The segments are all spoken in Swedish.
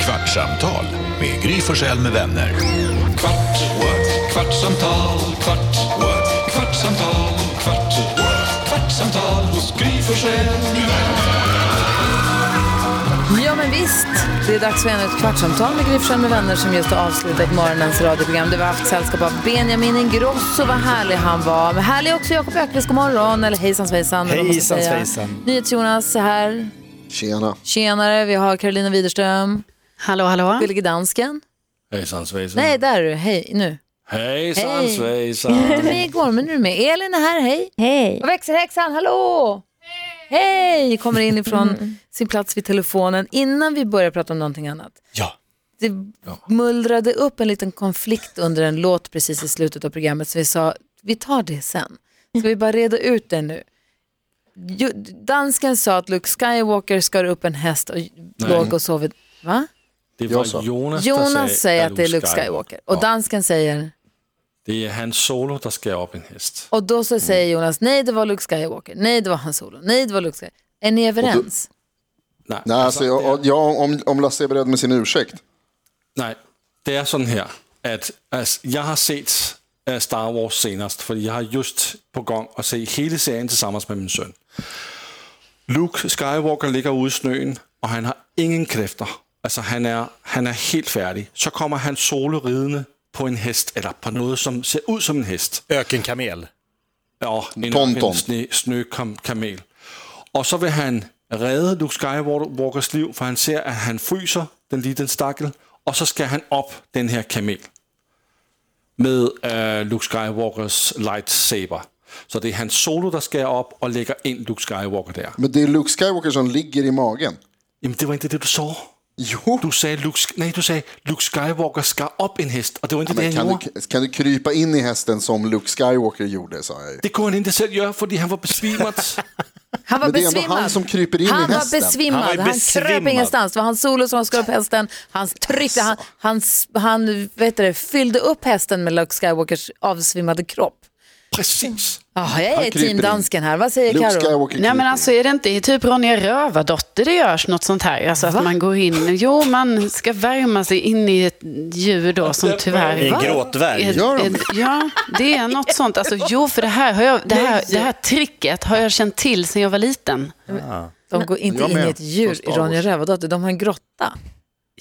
Kvartsamtal med Gry Forssell med vänner. Kvart, what? kvartsamtal, kvart, what? kvartsamtal, kvart, what? kvartsamtal hos Gry Forssell med vänner. Ja, men visst. Det är dags för ännu ett kvartsamtal med Gry Forssell med vänner som just har avslutat morgonens radioprogram. Det var haft sällskap av Benjamin Ingrosso, vad härlig han var. Men härlig också Jakob Ökvist, god morgon, eller hejsan svejsan. eller vad man ska Hejsan säga. svejsan. NyhetsJonas är här. Tjena. Tjenare, vi har Carolina Widerström. Hallå, hallå. Gullige dansken. Hejsan svejsan. Nej, där är du. Hej, nu. Hejsan Hej. Du var svejsan. med igår, men nu är du med. Elin är här, hej. Hej. Och växelhäxan, hallå! Hej! Kommer in ifrån sin plats vid telefonen innan vi börjar prata om någonting annat. Ja. Det mullrade upp en liten konflikt under en låt precis i slutet av programmet så vi sa, vi tar det sen. Ska vi bara reda ut det nu? Ju- Dansken sa att Luke Skywalker skar upp en häst och låg och sov. i- Va? Det Jag sa. var Jonas, som Jonas säger att det är Luke Skywalker och dansken säger, Det är han solo som skär upp en häst. och då så säger Jonas, nej det var Luke Skywalker, nej det var Han Solo, nej det var Luke Skywalker. Är ni överens? Nej, Nej, alltså, jag, jag, om, om Lasse är beredd med sin ursäkt. nej, det är sån här att alltså, jag har sett eh, Star Wars senast för jag har just på gång att se hela serien tillsammans med min son. Luke Skywalker ligger ute i snön och han har ingen kräfter. Alltså han är, han är helt färdig. Så kommer han solo ridande på en häst eller på något som ser ut som en häst. Ökenkamel. Ja, en, Tonton. en sne, snökamel. Och så vill han rädda Luke Skywalkers liv, för han ser att han fryser, den lille stackel, och så ska han upp den här kamel med øh, Luke Skywalkers lightsaber. Så det är hans solo, der skär upp och lägger in Luke Skywalker där. Men det är Luke Skywalker som ligger i magen. Jamen, det var inte det, du sa. Jo. Du sagde, Luke, Sk- nej, du sagde, Luke Skywalker skar upp en häst, och det var inte det, Men han kan, gjorde. du, kan du krypa in i hästen som Luke Skywalker gjorde, sa jag ju. Det kunde han inte selv göra, fordi han var besvimat. Han var Men det är ändå besvimmad. han som kryper in i han var hästen. besvimmad. Han var Han, ju kröp besvimmad. ingenstans. Det var han solo som skar upp hästen. Han tryckte, han, Alltså. han, han vet du, det, fyllde upp hästen med Luke Skywalkers avsvimmade kropp. Precis. Ah, jag Han är kryper teamdansken här. Vad säger Luke Karo? Skywalker Nej men kryper alltså är det inte i typ Ronja Rövardotter det görs något sånt här? Alltså att man går in, jo man ska värma sig in i ett djur då som I tyvärr... en gråtvärg. Ett- Gör de ett- Ja, det är något sånt. Alltså, jo, för det här, har jag, det, här, det här tricket har jag känt till sedan jag var liten. De går inte Jag in i med. ett djur Från i Star Ronja Wars. Rövardotter. De har en grotta.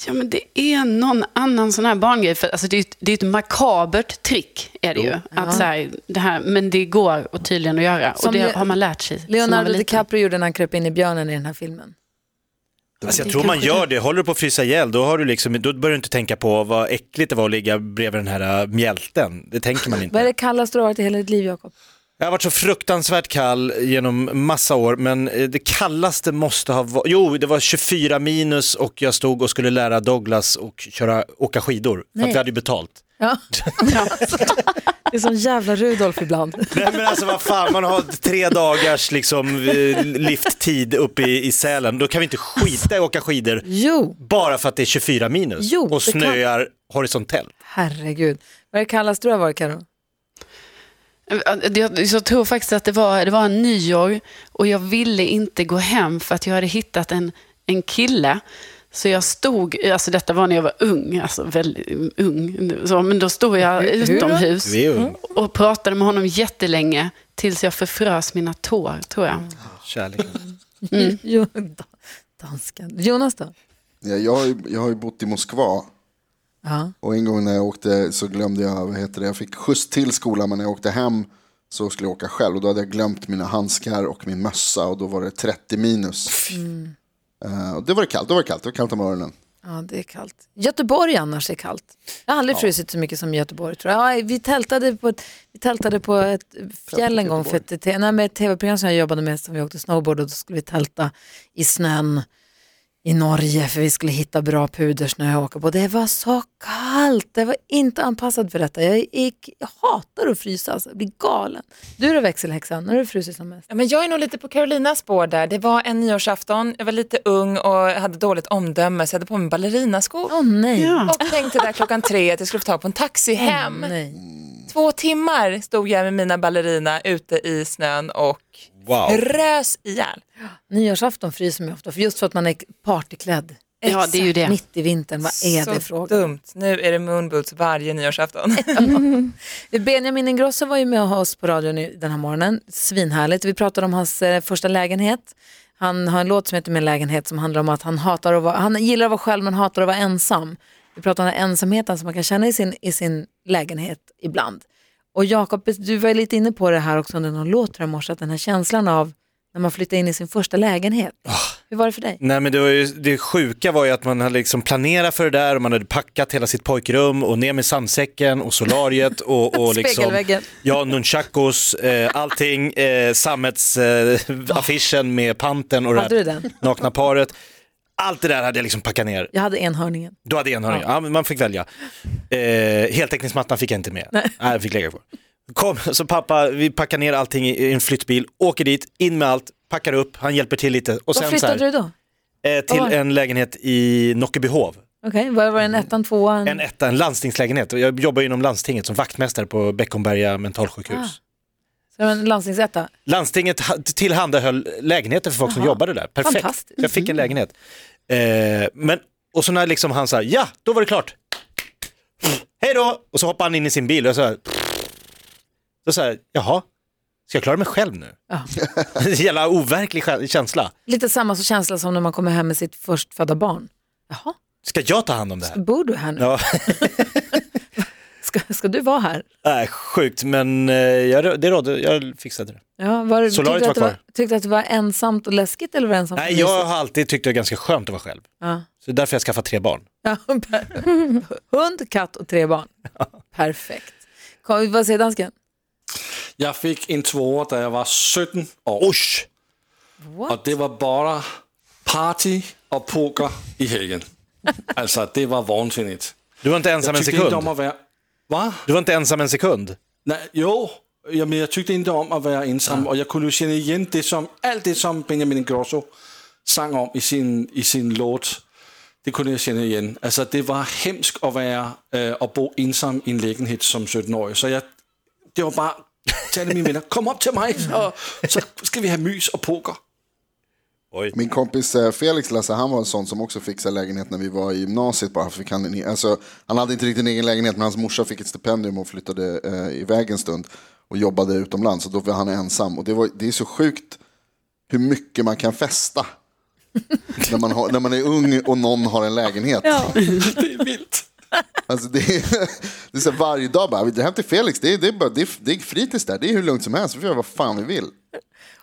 Ja, men det är någon annan sån här barngrej. För, alltså, det, är, ju ett- det är ett makabert trick, är det ju. Att, så här, det här, men det går och tydligen att göra. Som och det Le- har man lärt sig. sedan man var Leonardo liten. DiCaprio gjorde när han kröp in i björnen i den här filmen. Alltså jag Det tror man kanske gör det, håller du på att frysa ihjäl, då, har du liksom, då börjar du inte tänka på vad äckligt det var att ligga bredvid den här äh, mjälten. Det tänker man Vad är det inte. kallaste du har varit i hela ditt liv, Jakob? Jag har varit så fruktansvärt kall genom massa år, men eh, det kallaste måste ha varit, jo det var 24 minus och jag stod och skulle lära Douglas och köra, åka skidor, för Nej. att vi hade ju betalt. Ja. det är som jävla Rudolf ibland. Nej men alltså vad fan, man har tre dagars liksom eh, lifttid uppe i, i Sälen, då kan vi inte skita i att åka skidor Jo. bara för att det är 24 minus Jo, och det kan- snöar horisontellt. Herregud. Vad är det kallaste du har varit, Karo? Jag, jag tror faktiskt att det var, det var en nyår och jag ville inte gå hem för att jag hade hittat en, en kille. Så jag stod, alltså detta var när jag var ung, alltså väldigt ung, så, men då stod jag Hur- hur då? utomhus Du är ung, Mm. och pratade med honom jättelänge tills jag förfrös mina tår, tror jag. Mm. kärleken. Jo, da- dansken. Jonas då? Ja, jag, har ju, jag har ju bott i Moskva. Ja. Och en gång när jag åkte så glömde jag, vad heter det, jag fick skjuts till skolan men när jag åkte hem så skulle jag åka själv och då hade jag glömt mina handskar och min mössa och då var det 30 minus. Eh, och det var det kallt, det var det kallt, det var kallt om öronen. Ja, det är kallt. Göteborg annars är kallt. Jag har aldrig frusit så mycket som i Göteborg tror jag. Ja, vi, tältade på ett, vi tältade på ett fjäll en gång för ett, ett- nej, men ett tv-program som jag jobbade med som vi åkte snowboard och då skulle vi tälta i snön i Norge för vi skulle hitta bra pudersnö att åka på. Det var så kallt, det var inte anpassat för detta. Jag, gick, jag hatar att frysa, alltså. jag blir galen. Du då växelhäxan, när har du frusit som mest? Ja, men jag är nog lite på Carolinas spår där. Det var en nyårsafton, jag var lite ung och hade dåligt omdöme så jag hade på mig ballerinaskor. Åh nej. Och tänkte där klockan tre att jag skulle få tag på en taxi Mm. hem. nej. Två timmar stod jag med mina ballerina ute i snön och Wow. rös ihjäl. Nyårsafton fryser man ju ofta, för just för att man är partyklädd. Ja, det är ju det. Mitt i vintern, vad är så det frågan? dumt. Nu är det moonboots varje nyårsafton. Benjamin Ingrosso var ju med oss på radion i- den här morgonen. Svinhärligt. Vi pratade om hans eh, första lägenhet. Han har en låt som heter Min lägenhet som handlar om att han, hatar att vara, han gillar att vara själv men hatar att vara ensam. Vi pratade om den här ensamheten som man kan känna i sin, i sin lägenhet ibland. Och Jakob, du var ju lite inne på det här också under någon låt här i morse, att den här känslan av när man flyttar in i sin första lägenhet. Ah. Hur var det för dig? Nej men det, var ju, det sjuka var ju att man hade liksom planerat för det där och man hade packat hela sitt pojkrum och ner med sandsäcken och solariet och, och liksom, Spegelväggen. ja, nunchakos, eh, allting, eh, sammetsaffischen eh, affischen med panten och det Hade du här den? nakna paret. Allt det där hade jag liksom packat ner. Jag hade enhörningen. Du hade enhörning, ja. men man fick välja. Eh, heltäckningsmattan fick jag inte med. Nej. jag fick lägga på. Kom, så pappa, vi packar ner allting i, i en flyttbil, åker dit, in med allt, packar upp, han hjälper till lite. Och Var sen så här, flyttade du då? Eh, till Var? en lägenhet i Nockebihov. Okej, var var det en ettan, tvåan? Mm. En etta, en landstingslägenhet. Jag jobbar inom landstinget som vaktmästare på Beckomberga mentalsjukhus. Så det var en landstingsetta? Landstinget ha- tillhandahöll lägenheter för folk som Jaha. jobbade där. Perfekt. Fantastiskt. Mm. Jag fick en lägenhet. Eh, men, och så när liksom han sa ja, då var det klart. Hej då! Och så hoppade han in i sin bil och så här. Då så här, jaha, ska jag klara mig själv nu? Ja. Jävla overklig kä- känsla. Lite samma så känsla som när man kommer hem med sitt förstfödda barn. Jaha, Ska jag ta hand om det här? bor du här nu? Ja. Ska, ska du vara här? Nej, sjukt, men eh, jag, det rådde, jag fixade det. Ja, var, tyckte, du Solariet att det var var, tyckte du att det var ensamt och läskigt eller var det ensamt och Nej, jag mysigt? har alltid tyckt det var ganska skönt att vara själv. Ja. Så därför jag skaffat tre barn. Ja, per- Hund, katt och tre barn. Perfekt. Kom, vad säger dansken? Jeg fik en tvåer, da jeg var 17 år, Usch! og det var bare party og poker i helgen. altså, det var vognsindigt. Du var inte ensam Jeg en tykte ikke om sekund. at være... Hvad? Du var inte ensam en sekund. Nej, jo, jamen, jeg tykte ikke om at være ensom, og jeg kunne jo kende igen det som, alt det, som Benjamin Ingrosso sang om i sin, i sin låt, det kunne jeg kende igen. Altså, det var hemsk at være øh, at bo ensom i en lægenhed som 17-årig, så jeg, det var bare, til alle mine venner, kom op til mig, og så skal vi have mys og poker. Min kompis eh, Felix Lasse, han var en sån som också fixade lägenhet när vi var i gymnasiet. Bara fick han, en- alltså, han hade inte riktigt en egen lägenhet, men hans morsa fick ett stipendium och flyttade eh, iväg en stund och jobbade utomlands. Och då var han ensam. Och det, var, det är så sjukt hur mycket man kan festa när, man har, när man är ung och någon har en lägenhet. Det er vildt. Alltså det är, det är så här varje dag bara, vi drar hem till Felix, det är, det, är bara, det, är, det är fritids där, det är hur lugnt som helst, vi får göra vad fan vi vill.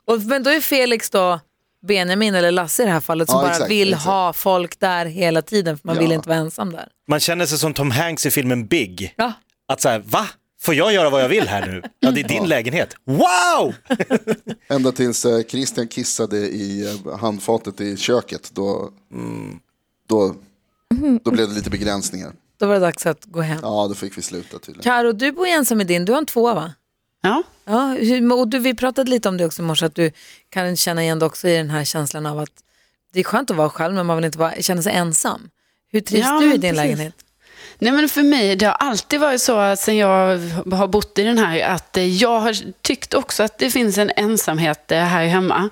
Och, men då är Felix då Benjamin eller Lasse i det här fallet som Ja, bara exakt, vill exakt. ha folk där hela tiden för man Ja. vill inte vara ensam där. Man känner sig som Tom Hanks i filmen Big. Ja. Att så här, va? Får jag göra vad jag vill här nu? Ja, det är din lägenhet. Wow! Ända tills eh, Christian kissade i eh, handfatet i köket, då, mm, då, då blev det lite begränsningar. Då var det dags att gå hem. Ja, då fick vi sluta tydligen. Karo, du bor ju ensam i din, du har en tvåa va? Ja. Ja, hur, och du, vi pratade lite om det också i morse, att du kan känna igen det också i den här känslan av att det är skönt att vara själv, men man vill inte vara, känna sig ensam. Hur trivs Ja, du i din men precis. lägenhet? Nej, men för mig, det har alltid varit så att sen jag har bott i den här, att eh, jag har tyckt också att det finns en ensamhet eh, här hemma.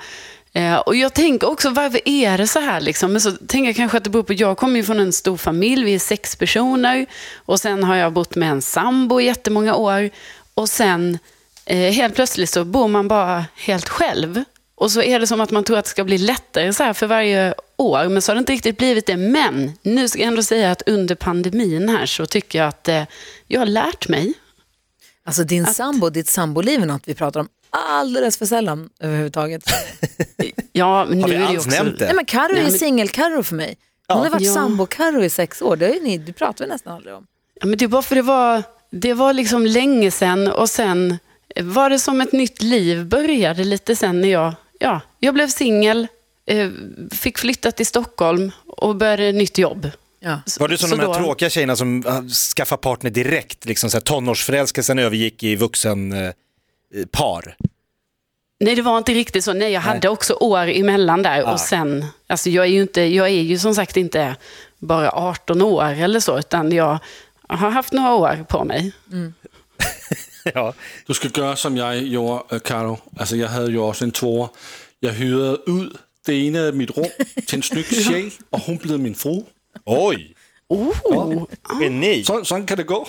Eh, Och jag tänker också, varför är det så här? Liksom? Men så tänker jag kanske att det beror på, jag kommer ju från en stor familj, vi är sex personer. Och sen har jag bott med en sambo i jättemånga år. Och sen eh, helt plötsligt så bor man bara helt själv. Och så är det som att man tror att det ska bli lättare så här för varje år, men så har det inte riktigt blivit det. Men nu ska jag ändå säga att under pandemin här så tycker jag att eh, jag har lärt mig. Alltså din sambo, ditt samboliv är något vi pratar om alldeles för sällan överhuvudtaget. Ja, men nu Har vi är det ju alls också... nämnt Nej det? men Karo är men- singel-Karo för mig. Hon har varit Ja. sambo-Karo i sex år, det, är ju ni, det pratar vi nästan aldrig om. Ja, men det var för det var, det var liksom länge sedan och sen var det som ett nytt liv började lite sen när jag, ja, jag blev singel, eh, fick flytta till Stockholm och började ett nytt jobb. Ja. Så- Var du som så de här då- tråkiga tjejerna som äh, skaffar partner direkt, liksom så här, tonårsförälskelsen övergick i vuxen eh, par? Nej, det var inte riktigt så. Nej, jag hade också år emellan där. Och sen, alltså jag är, ju inte, jag är ju som sagt inte bara 18 år eller så, utan jag har haft några år på mig. Ja. Du skal gøre, som jeg gjorde, øh, Caro. Altså, jeg havde jo også en toer. Jeg hyrede ud det ene af mit rum til en snyk sjæl, og hun blev min fru. Oj! Oh, Ah. Geni! Så, sådan kan det gå.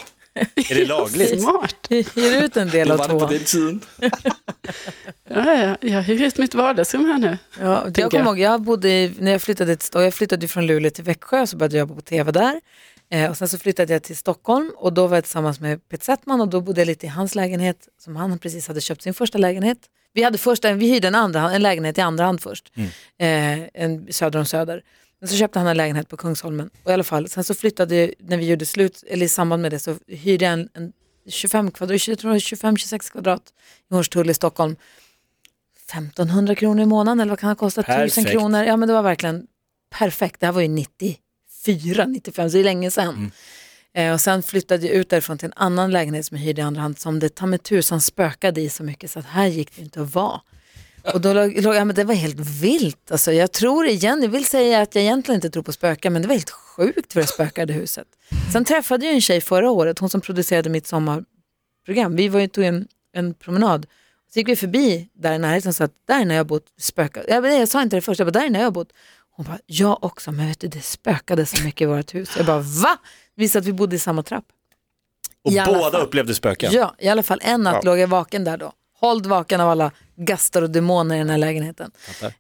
Är det lagligt? smart. Hyr ut en del Eller av var det på tvåan. den tiden? Ja, ja, jag hyr ut mitt vardagsrum här nu. Ja, jag tänker kommer jag. ihåg, jag bodde, i- när jag flyttade, till, och jag flyttade från Luleå till Växjö så började jag jobba på tv där. Eh, och sen så flyttade jag till Stockholm och då var jag tillsammans med Peter Settman och då bodde jag lite i hans lägenhet som han precis hade köpt sin första lägenhet. Vi, hade först en, vi hyrde en, andra, en lägenhet i andra hand först, Mm. eh, en söder om Söder. Men så köpte han en lägenhet på Kungsholmen. Och i alla fall, sen så flyttade, jag- när vi gjorde slut, eller i samband med det så hyrde jag en, en 25 kvadrat, jag tror det var 25-26 kvadrat i Hornstull i Stockholm. 1500 kronor i månaden eller vad kan det kosta? Perfekt. 1000 kronor. Ja men det var verkligen perfekt. Det här var ju 94, 95, så det är länge sedan. Eh, och sen flyttade jag ut därifrån till en annan lägenhet som jag hyrde i andra hand som det ta mig tusan spökade i så mycket så att här gick det inte att vara. Och då låg, låg, ja, men det var helt vilt. Alltså, jag tror igen, jag vill säga att jag egentligen inte tror på spöken, men det var helt sjukt för det spökade huset. Sen träffade jag en tjej förra året, hon som producerade mitt sommarprogram. Vi var ju, tog en, en promenad. Så gick vi förbi där i närheten och sa att där när jag bott spökade. Jag, nej, jag sa inte det först, jag bara där när jag bott. Hon bara, jag också, men vet du det spökade så mycket i vårt hus. Jag bara, va? Det visade att vi bodde i samma trapp. Och I alla båda fall. upplevde spöken. Ja, i alla fall en natt låg jag vaken där då. Hålld vaken av alla gastar och demoner i den här lägenheten.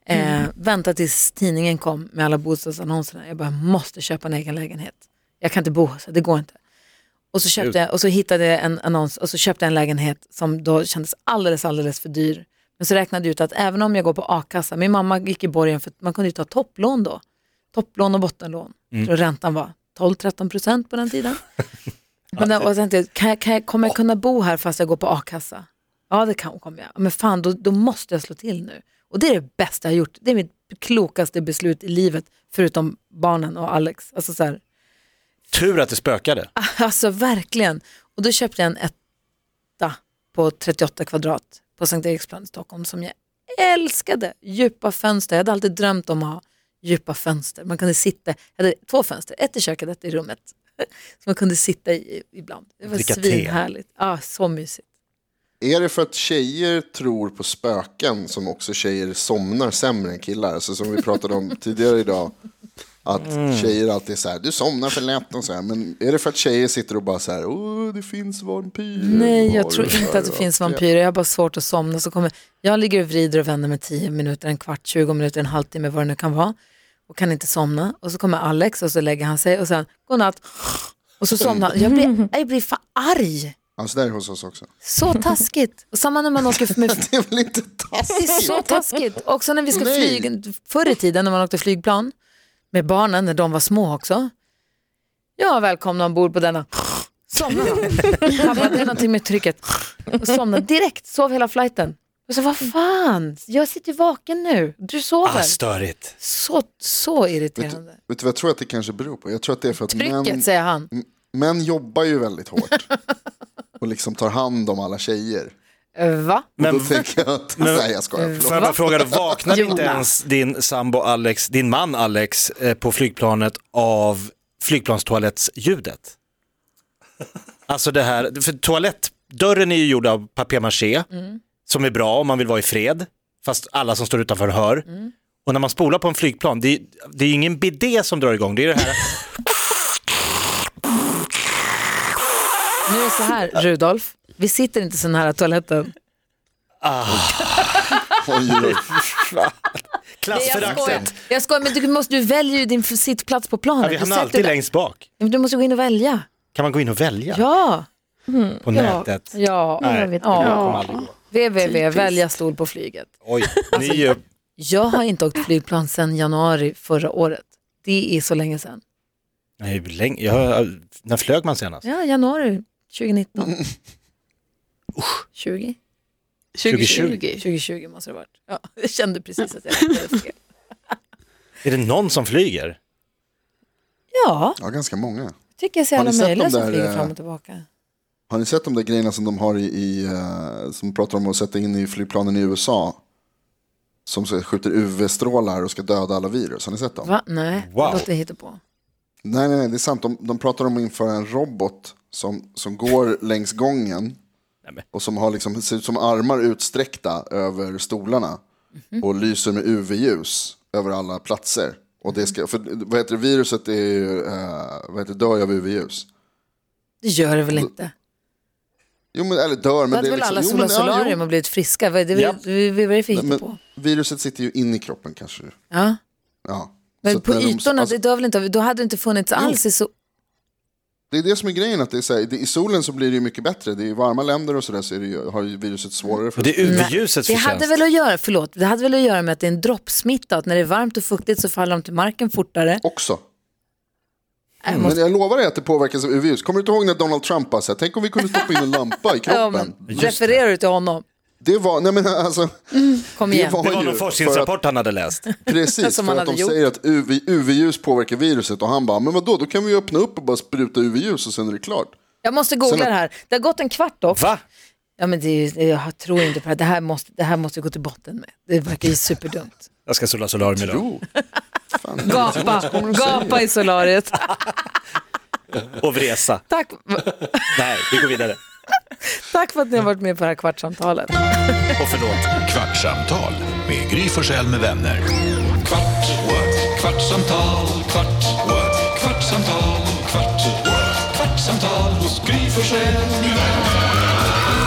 Eh, vänta tills tidningen kom med alla bostadsannonserna. Jag bara, jag måste köpa en egen lägenhet. Jag kan inte bo så det går inte. Och så, köpte jag, och så hittade jag en annons och så köpte jag en lägenhet som då kändes alldeles, alldeles för dyr. Men så räknade jag ut att även om jag går på a-kassa, min mamma gick i borgen för att man kunde ju ta topplån då. Topplån och bottenlån. Mm. Tror räntan var 12-13 procent på den tiden. Men då, och sen tänkte, jag, kan jag, kan jag, kommer jag kunna bo här fast jag går på a-kassa? Ja, det kan, kommer jag. Men fan, då, då måste jag slå till nu. Och det är det bästa jag har gjort. Det är mitt klokaste beslut i livet, förutom barnen och Alex. Alltså, så här, Tur att det spökade. alltså verkligen. Och då köpte jag en etta på 38 kvadrat på Sankt Eriksplan i Stockholm som jag älskade. Djupa fönster. Jag hade alltid drömt om att ha djupa fönster. Man kunde sitta, jag hade två fönster, ett i köket, ett i rummet. Som man kunde sitta i ibland. Det var Dricka te. svinhärligt. Ja, så mysigt. Är det för att tjejer tror på spöken som också tjejer somnar sämre än killar? Alltså som vi pratade om tidigare idag. Att Mm. tjejer alltid är så här, du somnar för lätt och så här. Men är det för att tjejer sitter och bara så här, åh det finns vampyrer. Nej, Vad jag har tror du för inte att det va?" finns vampyrer. Jag har bara svårt att somna. Så kommer, jag ligger och vrider och vänder mig 10 minuter, en kvart, 20 minuter, en halvtimme, vad det nu kan vara. Och kan inte somna. Och så kommer Alex och så lägger han sig och sen godnatt. Och så somnar han. Jag blir, jag blir fan arg. Ja, så där är det hos oss också. Så taskigt. Och samma när man åker med Det är väl inte det är taskigt? så taskigt. Också när vi ska Nej. flyga, förr i tiden när man åkte flygplan med barnen när de var små också. Ja, välkomna ombord på denna. Somnade de. Pappa, det är någonting med trycket. Och somnade direkt, sov hela flighten. Och så vad fan, jag sitter ju vaken nu. Du sover. Ah, störigt. Så, så Vet du, irriterande. vet du vad jag tror att det kanske beror på? Jag tror att det är för att män, Trycket säger han. män jobbar ju väldigt hårt. Och liksom tar hand om alla tjejer. Äh, Va? Men, Men då tänker jag att, nej jag skojar, förlåt. Får jag bara fråga, då vaknade inte Jonas. ens din sambo Alex, din man Alex, eh, på flygplanet av flygplanstoalettsljudet? Alltså det här, för toalettdörren är ju gjord av papier-maché, Mm. som är bra om man vill vara i fred, fast alla som står utanför hör. Mm. Och när man spolar på en flygplan, det, är- det är ju ingen bidé som drar igång, det är det här, Nu är det så här, Rudolf. Vi sitter inte så nära toaletten. Oj, oj, oj. klassföraktet. Jag skojar, men du, måste, du väljer ju din f- sittplats på planet. Ja, vi Du hamnar sätter alltid dig. längst bak. Men Du måste gå in och välja. Kan man gå in och välja Ja. på Ja. nätet? Ja. Nej, det Ja. kommer aldrig gå. www, välja stol på flyget. Oj, Alltså, ni är Jag har inte åkt flygplan sedan januari förra året. Det är så länge sedan. Nej, hur länge? Jag, har- när flög man senast? Ja, januari 2019. Mm. 20? 2020. 2020 måste det ha varit. Ja, jag kände precis att jag räknade fel. Är det någon som flyger? Ja, Ja, ganska många. jag tycker jag ser Har ni alla sett möjliga de som där, flyger eh, fram och tillbaka. Har ni sett de där grejerna som de har i, i eh, som pratar om att sätta in i flygplanen i USA? Som så- skjuter UV-strålar och ska döda alla virus. Har ni sett dem? Va? Nej, Wow. det låter jag hitta på. Nej, nej, nej, det är sant. De, de pratar om att införa en robot som, som går längs gången och som har liksom, ser ut som armar utsträckta över stolarna och lyser med UV-ljus. över alla platser. Och det ska, för vad heter det, viruset är ju, eh, vad heter det, dör ju av UV-ljus. Det gör det väl inte? Jo men, eller dör, Då men det hade är väl liksom... alla jo, men- solat solarium ja, och blivit friska? Vad är det vi, Ja. vi, vi, vad är det för jo. Nej, på? men viruset sitter ju in i kroppen kanske. Ja. Ja. Så Men att på när de- ytorna, alltså, det dör väl inte av- Då hade det inte funnits alls i så... Det är det som är grejen, att det är så här, det, i solen så blir det ju mycket bättre. Det är ju varma länder och sådär så är det ju, har ju viruset svårare för Och det är UV-ljusets Det hade förtjänst. väl att göra, förlåt, det hade väl att göra med att det är en droppsmitta, att när det är varmt och fuktigt så faller de till marken fortare. också. Jag Men jag lovar dig att det påverkas av UV-ljus. Kommer du inte ihåg när Donald Trump bara så här, tänk om vi kunde stoppa in en lampa i Ja, kroppen? men, refererar du till honom? Det var, nej men alltså, Kom det igen. var, Det var någon ju för att, forskningsrapport han hade läst. precis, Som för han att hade de gjort. säger att UV UV-ljus påverkar viruset och han bara, men vadå, då kan vi ju öppna upp och bara spruta UV-ljus och sen är det klart. Jag måste googla Sen- det här. Det har gått en kvart dock. Va? Ja, men det är, ju- jag tror inte på det här. Det här, måste, det här måste vi gå till botten med. Det verkar ju superdumt. Jag ska sola solarium idag. Jo. Fan, Gapa, gapa i solariet. Och vresa. Tack, Nej, vi går vidare. tack för att ni har varit med på det här kvartssamtalet. Och förlåt. Kvartsamtal med Gry Forssell med vänner. Kvart, what? kvartsamtal, kvart, what? kvartsamtal, kvart, what? kvartsamtal hos Gry Forssell med vänner.